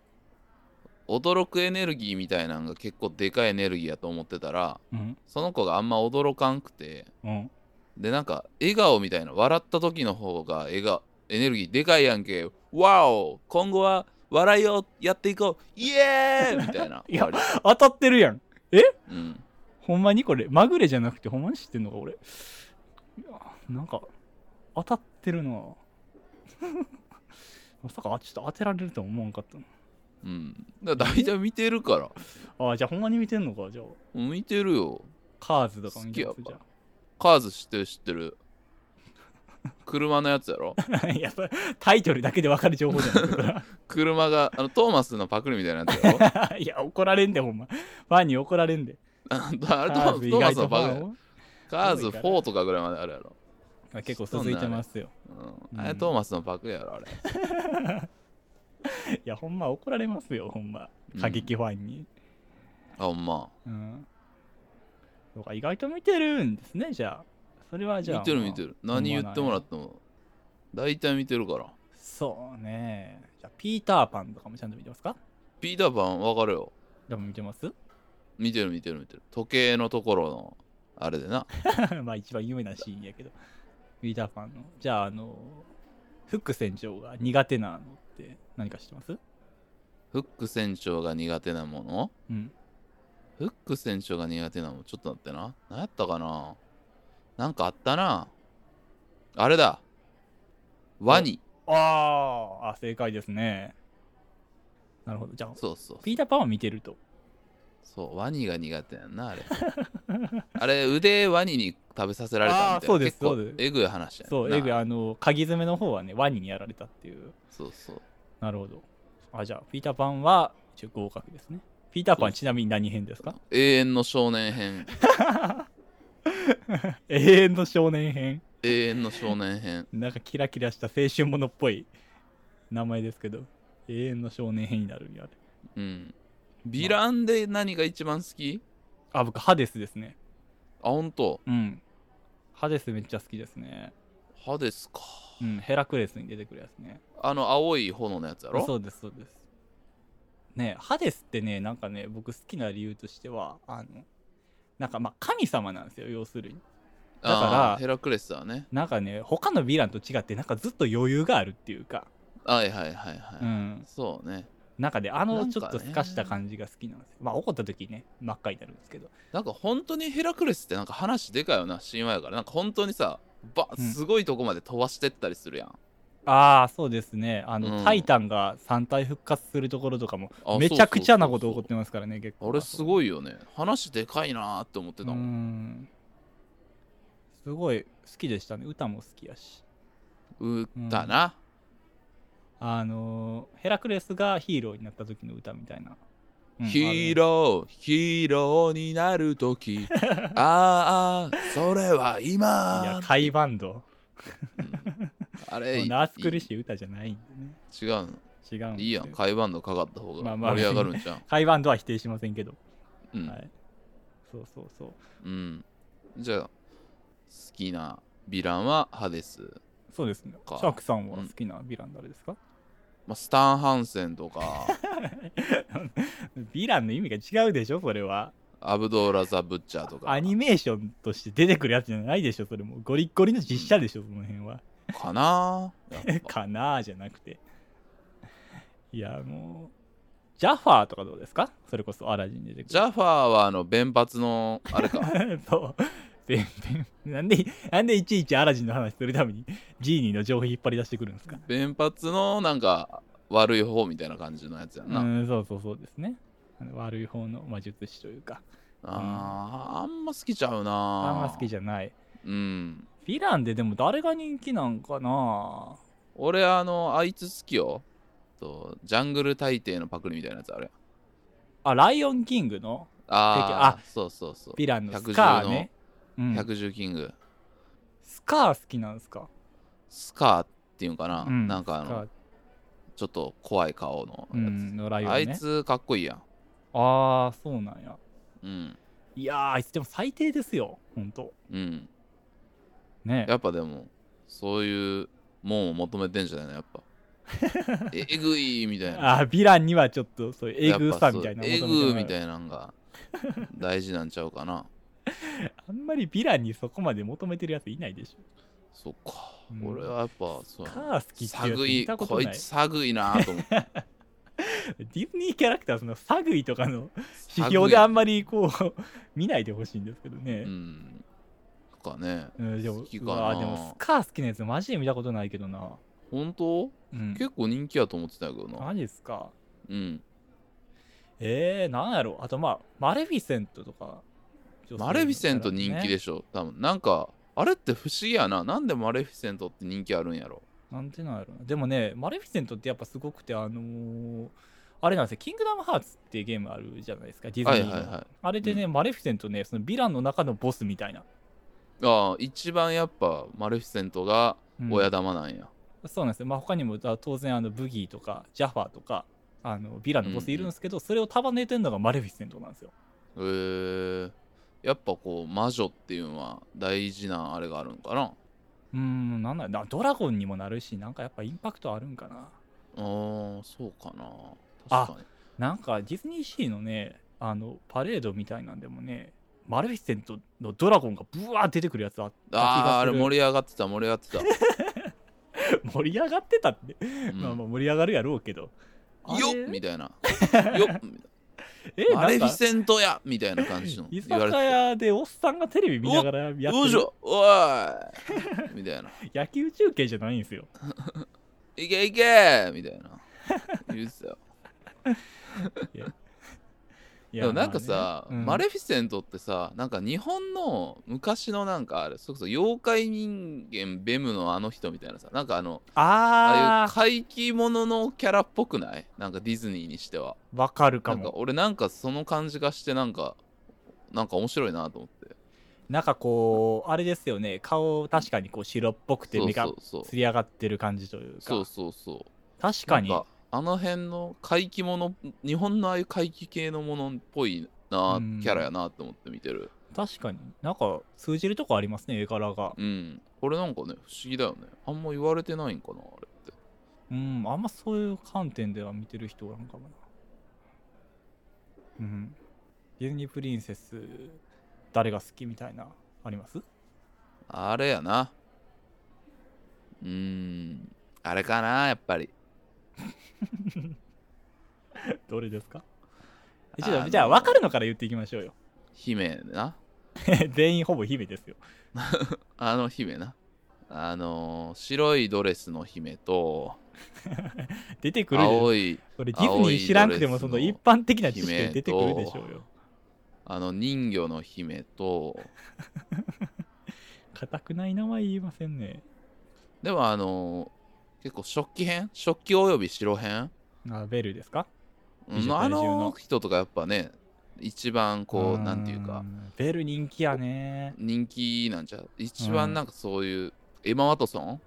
驚くエネルギーみたいなのが結構でかいエネルギーやと思ってたらうんその子があんま驚かんくてうんでなんか笑顔みたいな笑った時の方が笑顔エネルギーでかいやんけわお今後は笑いをやっていこうイエー イみたいないや終わ当たってるやんりうん、ほんまにこれ、まぐれじゃなくて、ほんまに知ってんのか、俺。いや、なんか、当たってるな まさか、あちょっと当てられるとは思わんかったな。うん、だから大体見てるからああ、じゃあほんまに見てんのか、じゃあ。見てるよカーズとか見てま好す、きじやゃカーズ知ってる知ってる車のやつやろ やっぱタイトルだけで分かる情報じゃない車があのトーマスのパクリみたいなやつやろ これいや怒られんでほんまファンに怒られんであのあれトカーズー意トーマ外スとのフパクァリンをカーズ4とかぐらいまであるやろ、まあ結構続いてますようん、あれトーマスのパクリやろあれいやほんま怒られますよほんまうん過激ファンにあほんまうんそうか意外と見てるんですねじゃあそれはじゃあ見てる見てるまあ何言ってもらっても大体見てるからそうねじゃあピーターパンとかもちゃんと見てますかピーターパンわかるよでも見てます見てる見てる見てる時計のところのあれでな まあ一番有名なシーンやけどピーターパンのじゃああのフック船長が苦手なのって何か知ってますフック船長が苦手なものうんフック船長が苦手なものちょっと待ってな何やったかななんかあったなあれだワニあーあ正解ですねなるほどじゃあそうそうピーターパンは見てるとそうワニが苦手やん なあれあれ腕ワニに食べさせられたみたいなあーそうです結構そうですえぐい話やんなそうエグあの鍵詰めの方はねワニにやられたっていうそうそうなるほどあじゃあピーターパンは一応合格ですねピーターパそうンちなみに何編ですか永遠の少年編永遠の少年編永遠の少年編なんかキラキラした青春ものっぽい名前ですけど永遠の少年編になるんやあれうんヴィランで何が一番好きあ僕ハデスですねあほんとうんハデスめっちゃ好きですね歯ですかうんヘラクレスに出てくるやつねあの青い炎のやつやろそうですそうですねハデスってねなんかね僕好きな理由としてはあのなんかまあ神様なんですよ要するにだからあーヘラクレスだねなんかね他のヴィランと違ってなんかずっと余裕があるっていうかはいはいはいはい、うんそうねなんかねなあんのかねちょっとすかした感じが好きなんですよ、まあ怒った時ね真っ赤になるんですけどなんか本当にヘラクレスってなんか話でかいよな神話やからなんか本当にさばうんすごいとこまで飛ばしてったりするやん、ああそうですねあの、うんタイタンが3体復活するところとかもあめちゃくちゃなことそう起こそうってますからね結構あれすいごいよね話でかいなーって思ってたうもん、んすごい好きでしたね歌も好きやし歌な、あのーヘラクレスがヒーローになった時の歌みたいな、うんヒーあローヒーローになると きああそれはれい今や海バンドあれいいナース苦しい歌じゃないんで違うのね違うんですよいいやん海バンドかかった方まがあまあ盛り上がるんじゃん、海バンドは否定しませんけど、 うん、はいそうそうそううんじゃあ好きなヴィランはハデス、そうですねかシャークさんは好きなヴィラン誰ですか、まあ、スタン・ハンセンと かヴィランの意味が違うでしょそれはアブドーラ・ザ・ブッチャーとかアニメーションとして出てくるやつじゃないでしょそれもゴリッゴリの実写でしょその辺はかなやっぱかなーじゃなくていやもうジャファーとかどうですかそれこそアラジンに出てくるジャファーはあの弁髪のあれ かそう。全然。なんで、なんでいちいちアラジンの話するために、ジーニーの情報引っ張り出してくるんですか弁髪のなんか悪い方みたいな感じのやつやうな、ん、そうそうそうですね。あの悪い方の魔術師というか、あーあんま好きちゃうなあんま好きじじゃない。ゃうんフィランででも誰が人気なんかな俺あのあいつ好きよとジャングル大帝のパクリみたいなやつあれあ、ライオンキングのあーあそうそうそうフィランのスカーね。うん、 110キング、スカー好きなんですか、スカーっていうんかな、うん、なんかあスカのーちょっと怖い顔のうやつ、ん、のライオンあね。いつかっこいいやんああ、そうなんや。うんいやー、あいつでも最低ですよ、ほんと。うんねやっぱでもそういうもんを求めてんじゃないのや っぱええぐいみたいなあーヴィランにはちょっとそういうえぐさみたいなえ求めてぐなみたいなのが大事なんちゃうかなあんまりヴィランにそこまで求めてるやついないでしょ。そっか、うん俺はやっぱそうカー好きってサいうやグついいたこことないいつ。サグいなと思 ってディズニーキャラクター、そのサグイとかの批サグ評いであんまりこう、 見ないでほしいんですけどうね。んとかねうん、でも、好きかうなわでもスカー好きなやつマジで見たことないけどな。本当うん。結構人気やと思ってたんやけどなマジですか。うんえー、なんやろあとまあ、マレフィセントとか。マレフィセント人気ででしょ多分なんかあれって不思議やな。なんでマレフィセントって人気あるんやろ。なんてなんやろなでもねマレフィセントってやっぱすごくてあのーあれなんですよ「キングダムハーツ」っていうゲームあるじゃないですかディズはいニーはいの、はい。あれでね、マレフィセントねそのヴィランの中のボスみたいな、ああ、一番やっぱマレフィセントがうん親玉なんや。そうなんですよ、まあ、他にもあ当然あのブギーとかジャファーとかあのヴィランのボスいるんですけど、それを束ねてるのがマレフィセントなんですよへえやっぱこう魔女っていうのは大事なあれがあるんかなうーんなんだなドラゴンにもなるしなんかやっぱインパクトあるんかなあーそうかなあ確かになんかディズニーシーのねあのパレードみたいなんでもねマレフィセントのドラゴンがブワーって出てくるやつあった気がするあーあれ盛り上がってた盛り上がっ てた盛り上がってたって、うんまあまあ盛り上がるやろうけどあれよっみたいなよっみえたいなマなんレフィかセントやみたいな感 じの居言われ酒てた屋でおっさんがテレビ見ながらやってどうるしようおーいみたい な野球中継じゃないんですよいけいけみたいな言ってたよいでもなんかさ、まあねうんマレフィセントってさなんか日本の昔のなんかあれそれこそ妖怪人間ベムのあの人みたいなさなんかあのああいうあ怪奇物のキャラっぽくないなんかディズニーにしてはーわかるかなんかも俺なんかその感じがしてなんかなんか面白いなと思ってなんかこうあれですよね顔確かにこう白っぽくてそう目がそうそうつり上がってる感じというかそうそうそう確かになんかあの辺の怪奇物日本のああいう怪奇系のものっぽいなうんキャラやなと思って見てる確かになんか通じるとこありますね絵柄がうんこれなんかね不思議だよねあんま言われてないんかなあれってうんあんまそういう観点では見てる人がなんかもなうんディズニープリンセス誰が好きみたいなありますあれやなうーんあれかなやっぱりどれですかえちょっとあのじゃあ分かるのから言っていきましょうよ 姫な全員ほぼ姫ですよあの姫な。あのー白いドレスの姫と、出てくるでしょ青い、これディズニー知らんくてもその一般的な知識で出てくるでしょうよ。あの人魚の姫と、かたくない名前言いませんね。でもあのー結構食器編食器および白編あベルですかうん美女あ怪獣のの人とかやっぱね、一番こーう、なんていうか、。ベル人気やね。人気なんちゃう一うん番なんかそういう、エマ・ワトソン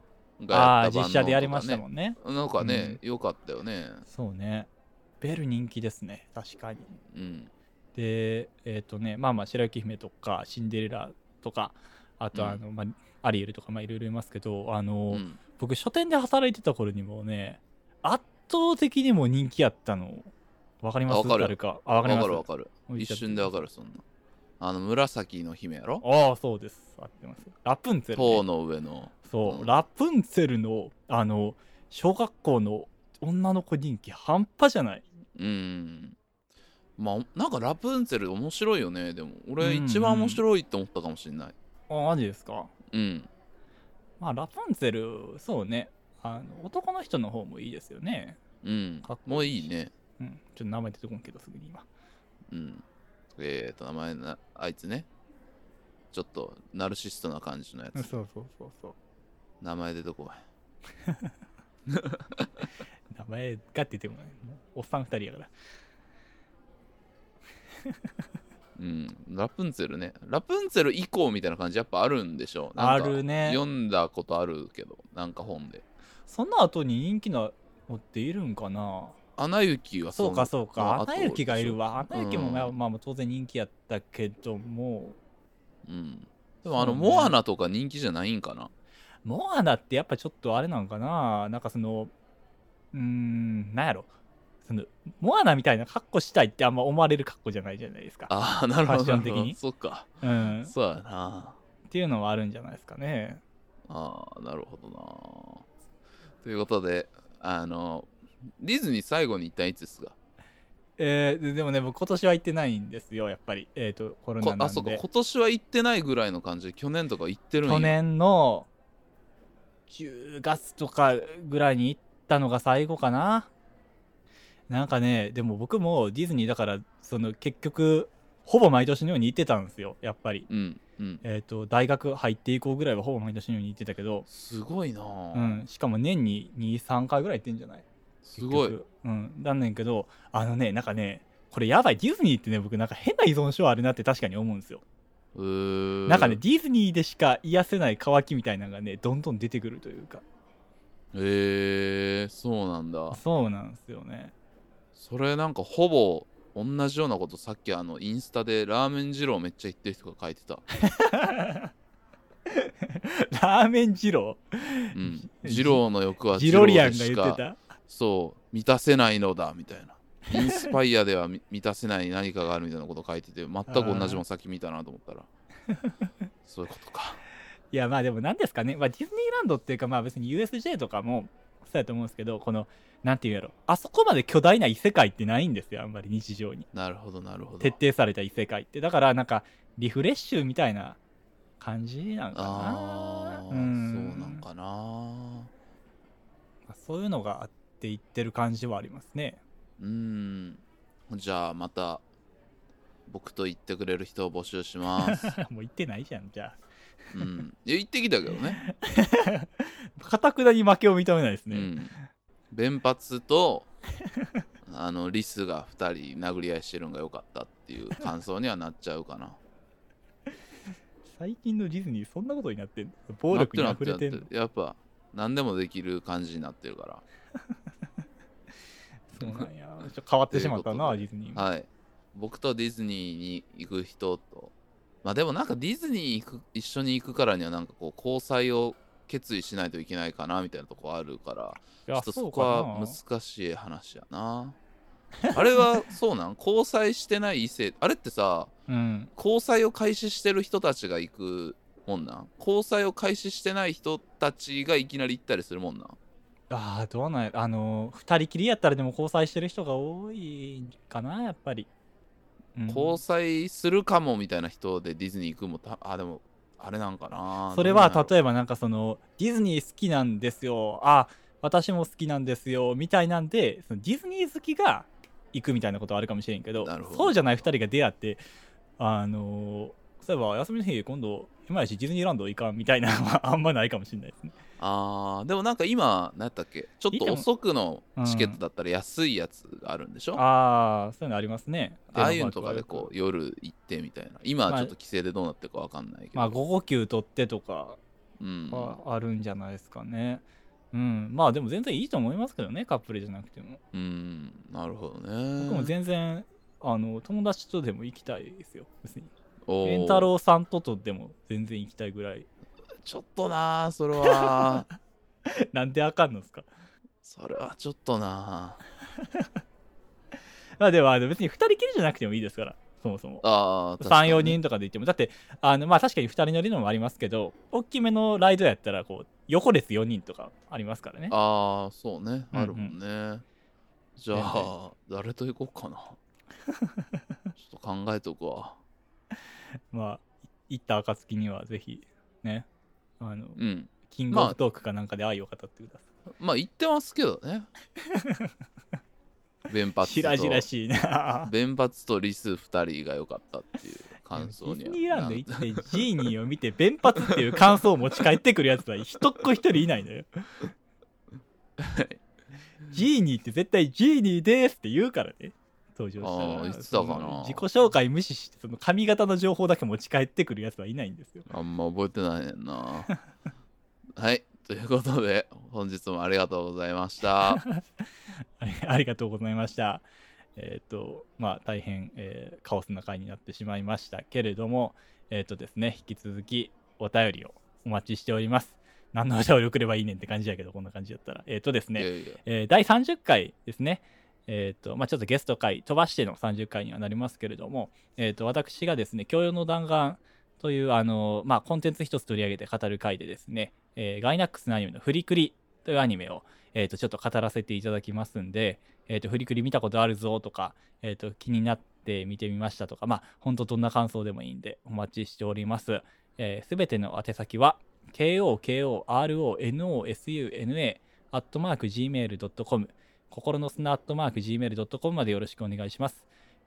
があやあったバンドとー、か、ね、実写でやりましたもんね。なんかね、良かったよね。そうね。ベル人気ですね。確かに。うん。で、えっ、とね、まあまあ、白雪姫とか、シンデレラとか、あとうんあの、まあ、アリエルとか、まあ、いろいろいますけど、あの、うん、僕、書店で働いてた頃にもね、圧倒的にもう人気やったの。わかりますあわかる誰か。あ、わかりわまかするわかる。もう言っちゃ一って瞬でわかる、そんな。あの紫の姫やろああ、そうです。合ってます。ラプンツェルね、塔の上のそう、うんラプンツェルの、あの、小学校の女の子人気半端じゃない。うんまあなんかラプンツェル面白いよねでもうん俺うん一番面白いって思ったかもしれないあ、マジですか。うん、まあ、ラプンツェル、そうね。あの男の人の方もいいですよね。うんかっこいいもういいねうん。ちょっと名前出てこんけど、すぐに今。うんえっ、と名前なあいつねちょっとナルシストな感じのやつそうそうそうそう。名前出てこない名前が出てこない。もうおっさん二人やから。うんラプンツェルねラプンツェル以降みたいな感じやっぱあるんでしょうなんかあるね読んだことあるけどなんか本でその後に人気なのっているんかなアナ雪はそうのかそうまあか。アナ雪がいるわ。後アナ雪もまあうんまあまあ当然人気やったけども、うんでもあの、そうねモアナとか人気じゃないんかなモアナってやっぱちょっとあれなんかななんかその、うーん、なんやろ。その、モアナみたいな格好したいってあんま思われる格好じゃないじゃないですか。ああ、なるほど。ファッション的なにるほどそっか。うん。っそうやな。ていうのはあるんじゃないですかね。ああ、なるほどな。ということで、あの、ディズニー最後に一旦いつですかえーででもね、僕今年は行ってないんですよ、やっぱり。えっ、と、コロナこなんで。あ、そうか、今年は行ってないぐらいの感じで、去年とか行ってるんや。去年の10月とかぐらいに行ったのが最後かななんかねでも僕もディズニーだからその結局ほぼ毎年のように行ってたんですよやっぱりうん。うん。えー、と大学入って以降ぐらいはほぼ毎年のように行ってたけど、すごいなぁ、うん、しかも年に23回ぐらい行ってんじゃないすご結い。局うん、なんねんけどあのねなんかねこれやばいディズニーってね僕なんか変な依存症あるなって確かに思うんですよ、うーなんかねディズニーでしか癒せない渇きみたいなのがねどんどん出てくるというかえー、そうなんだ。そうなんですよね それなんかほぼ同じようなことさっきあのインスタでラーメン二郎めっちゃ言ってる人が書いてた。ラーメン二郎 うん。二郎の欲はジ二ロ郎リアでンが言しってかたそう満たせないのだみたいな。インスパイアではみ 満たせない何かがあるみたいなこと書いてて全く同じもんさっき見たなと思った らそういうことか。いやまあでも何ですかね、まあ、ディズニーランドっていうかまあ別に USJ とかもそうやと思うんですけどこのなんていうんやろあそこまで巨大な異世界ってないんですよあんまり日常になるほどなるほど徹。底された異世界ってだからなんかリフレッシュみたいな感じなんかなああ、うんそうなんかな。まあそういうのがあっていってる感じはありますね うーん。じゃあまた僕と言ってくれる人を募集し ます。もう行ってないじゃんじゃうん。いや言ってきたけどね。あかたくなに負けを認めないですね、うん、弁髪と あのリスが2人殴り合いしてるんが良かったっていう感想にはなっちゃうかな最近のディズニーそんなことになってんの 暴力になっ溢なれっててなんっのてやっぱ何でもできる感じになってるかそうなんやちょっと変わってしまったなとデいィズニーもらはい僕とディズニーに行く人とまあでもなんかディズニー行く一緒に行くからにはなんかこう交際を決意しないといけないかなみたいなとこあるからいちょやっとそそうこはかな難しい話やなあれはそうなん交際してない異性あれってさうん交際を開始してる人たちが行くもんなん交際を開始してない人たちがいきなり行ったりするもんなんああどうなんやあのー二人きりやったらでも交際してる人が多いかなやっぱり、うん交際するかもみたいな人でディズニー行くもたあでもあれなんかなそれはえ例えばなんかそのディズニー好きなんですよあ私も好きなんですよみたいなんでそのディズニー好きが行くみたいなことはあるかもしれんけどなるほどそうじゃない2人が出会ってあのーそういえば休みの日今度今やしディズニーランド行かんみたいなの はあんまないかもしれないですねあーでもなんか今何やったっけちょっと遅くのチケットだったら安いやつがあるんでしょ、あああそういうのありますねあいうのとかでこう夜行ってみたいな今はちょっと規制でどうなってるかわかんないけど、まあ午後休取ってとかうん、はあるんじゃないですかねうんまあでも全然いいと思いますけどねカップルじゃなくてもうんなるほどね僕も全然あの友達とでも行きたいですよ別におー健太郎さんととでも全然行きたいぐらい ちょっとなーそれはなんであかんのですかそれはちょっとなまあでもあの別に2人きりじゃなくてもいいですからそもそもあああ34人とかで行ってもだってあのまあ確かに2人乗りのもありますけど大きめのライドやったらこう横列4人とかありますからねああそうねうんうんあるもんね、じゃあ誰と行こうか なちょっと考えとくわまあ行った暁にはぜひねあのうんキングオブトークかなんかで愛を語ってくださいまあ言ってますけど ね弁髪としらじらしいな。弁髪とリス2人が良かったっていう感デ想にィはズニーランド行ってジーニーを見て弁髪っていう感想を持ち帰ってくるやつは一っ子一人いないのよ。ジーニーって絶対ジーニーですって言うからね。登場したらあー言ってたかなその自己紹介無視してその髪型の情報だけ持ち帰ってくるやつはいないんですよ。あんま覚えてないねん なはいということで本日もありがとうございましたあり ありがとうございました。えっ、と、まあ、大変、えーカオスな回になってしまいましたけれども、えっ、とですね、引き続きお便りをお待ちしております。何のお便り送ればいいねんって感じやけど、こんな感じだったら。えっ、とですねい、やいやえー第30回ですね、えーとまあ、ちょっとゲスト回飛ばしての30回にはなりますけれども、えー、と私がですね「教養の弾丸」というあの、まあ、コンテンツ一つ取り上げて語る回でですね、えーガイナックスのアニメの「フリクリ」というアニメを、えー、とちょっと語らせていただきますんで「えー、とフリクリ見たことあるぞ」とか、えー、と気になって見てみましたとかまあ本当どんな感想でもいいんでお待ちしております。えー、全ての宛先は KOKORONOSUNA アットマーク Gmail.com 心の砂アットマーク Gmail.com までよろしくお願いします。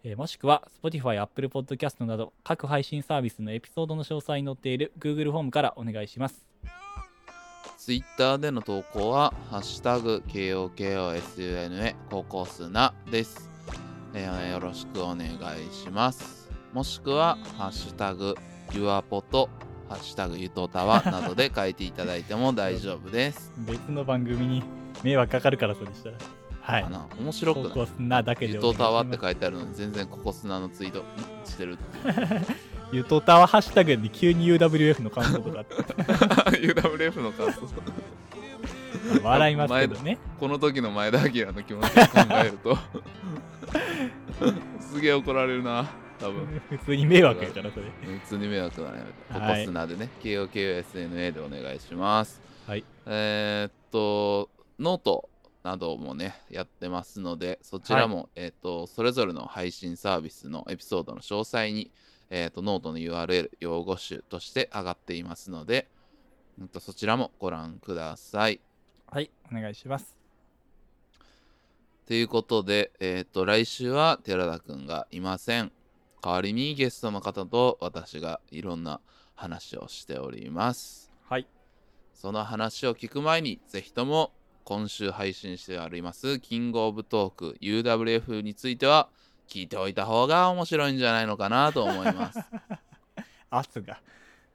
えーもしくは Spotify、Apple Podcast など各配信サービスのエピソードの詳細に載っている Google フォームからお願いします。ツイッターでの投稿は、ハッシュタグ、KOKOSUNA、高校数なです、えーよろしくお願いします。もしくは、ハッシュタグ、ユアポと、ハッシュタグ、ゆとたわなどで書いていただいても大丈夫です。別の番組に迷惑かかるからそれでしたら。はいか。な面白く高ない校砂だけでゆお願といしますたわって書いてあるのに、全然ここ砂のツイ ートしてるってゆとたわハッシュタグに急に UWF の感想とかあっていう。UWF の感想。笑いますけどね。 この時の前田明の気持ちを考える と すげえ怒られるな多分普通に迷惑やからそれ。普通に迷惑だねこはこいスナでね KOKOSNA でお願いしますはいえーっとノートなどもねやってますのでそちらも、えーっとそれぞれの配信サービスのエピソードの詳細に、えーっとノートの URL 用語集として上がっていますので、うんと、そちらもご覧くださいはい、お願いします。ということで、えっ、と、来週は寺田くんがいません。代わりにゲストの方と私がいろんな話をしております。はい。その話を聞く前に、ぜひとも今週配信してあります、キングオブトーク UWF については、聞いておいた方が面白いんじゃないのかなと思い ます。圧が。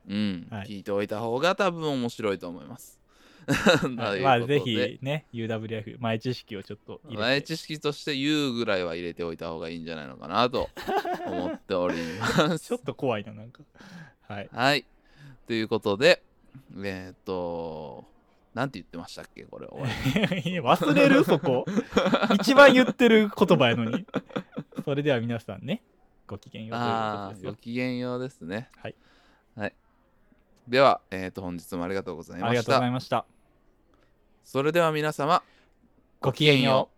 うん、はい聞いておいた方が多分面白いと思います。 ということはいでまあぜひね、UWF、前知識をちょっと入れて。前知識として言うぐらいは入れておいた方がいいんじゃないのかなと思っておりまちょ すっ。と怖いな、なんか。はい。はい。ということで、えーっと、なんて言ってましたっけこれ終わり いや忘れるそこ。一番言ってる言葉やのに。それでは皆さんね、ごきげんようということあであ、すよご。きげんようですね。はい。はい、では、えーっと、本日もありがとうございあまりがしとうござた。いました。それでは皆様、ごきげんよう。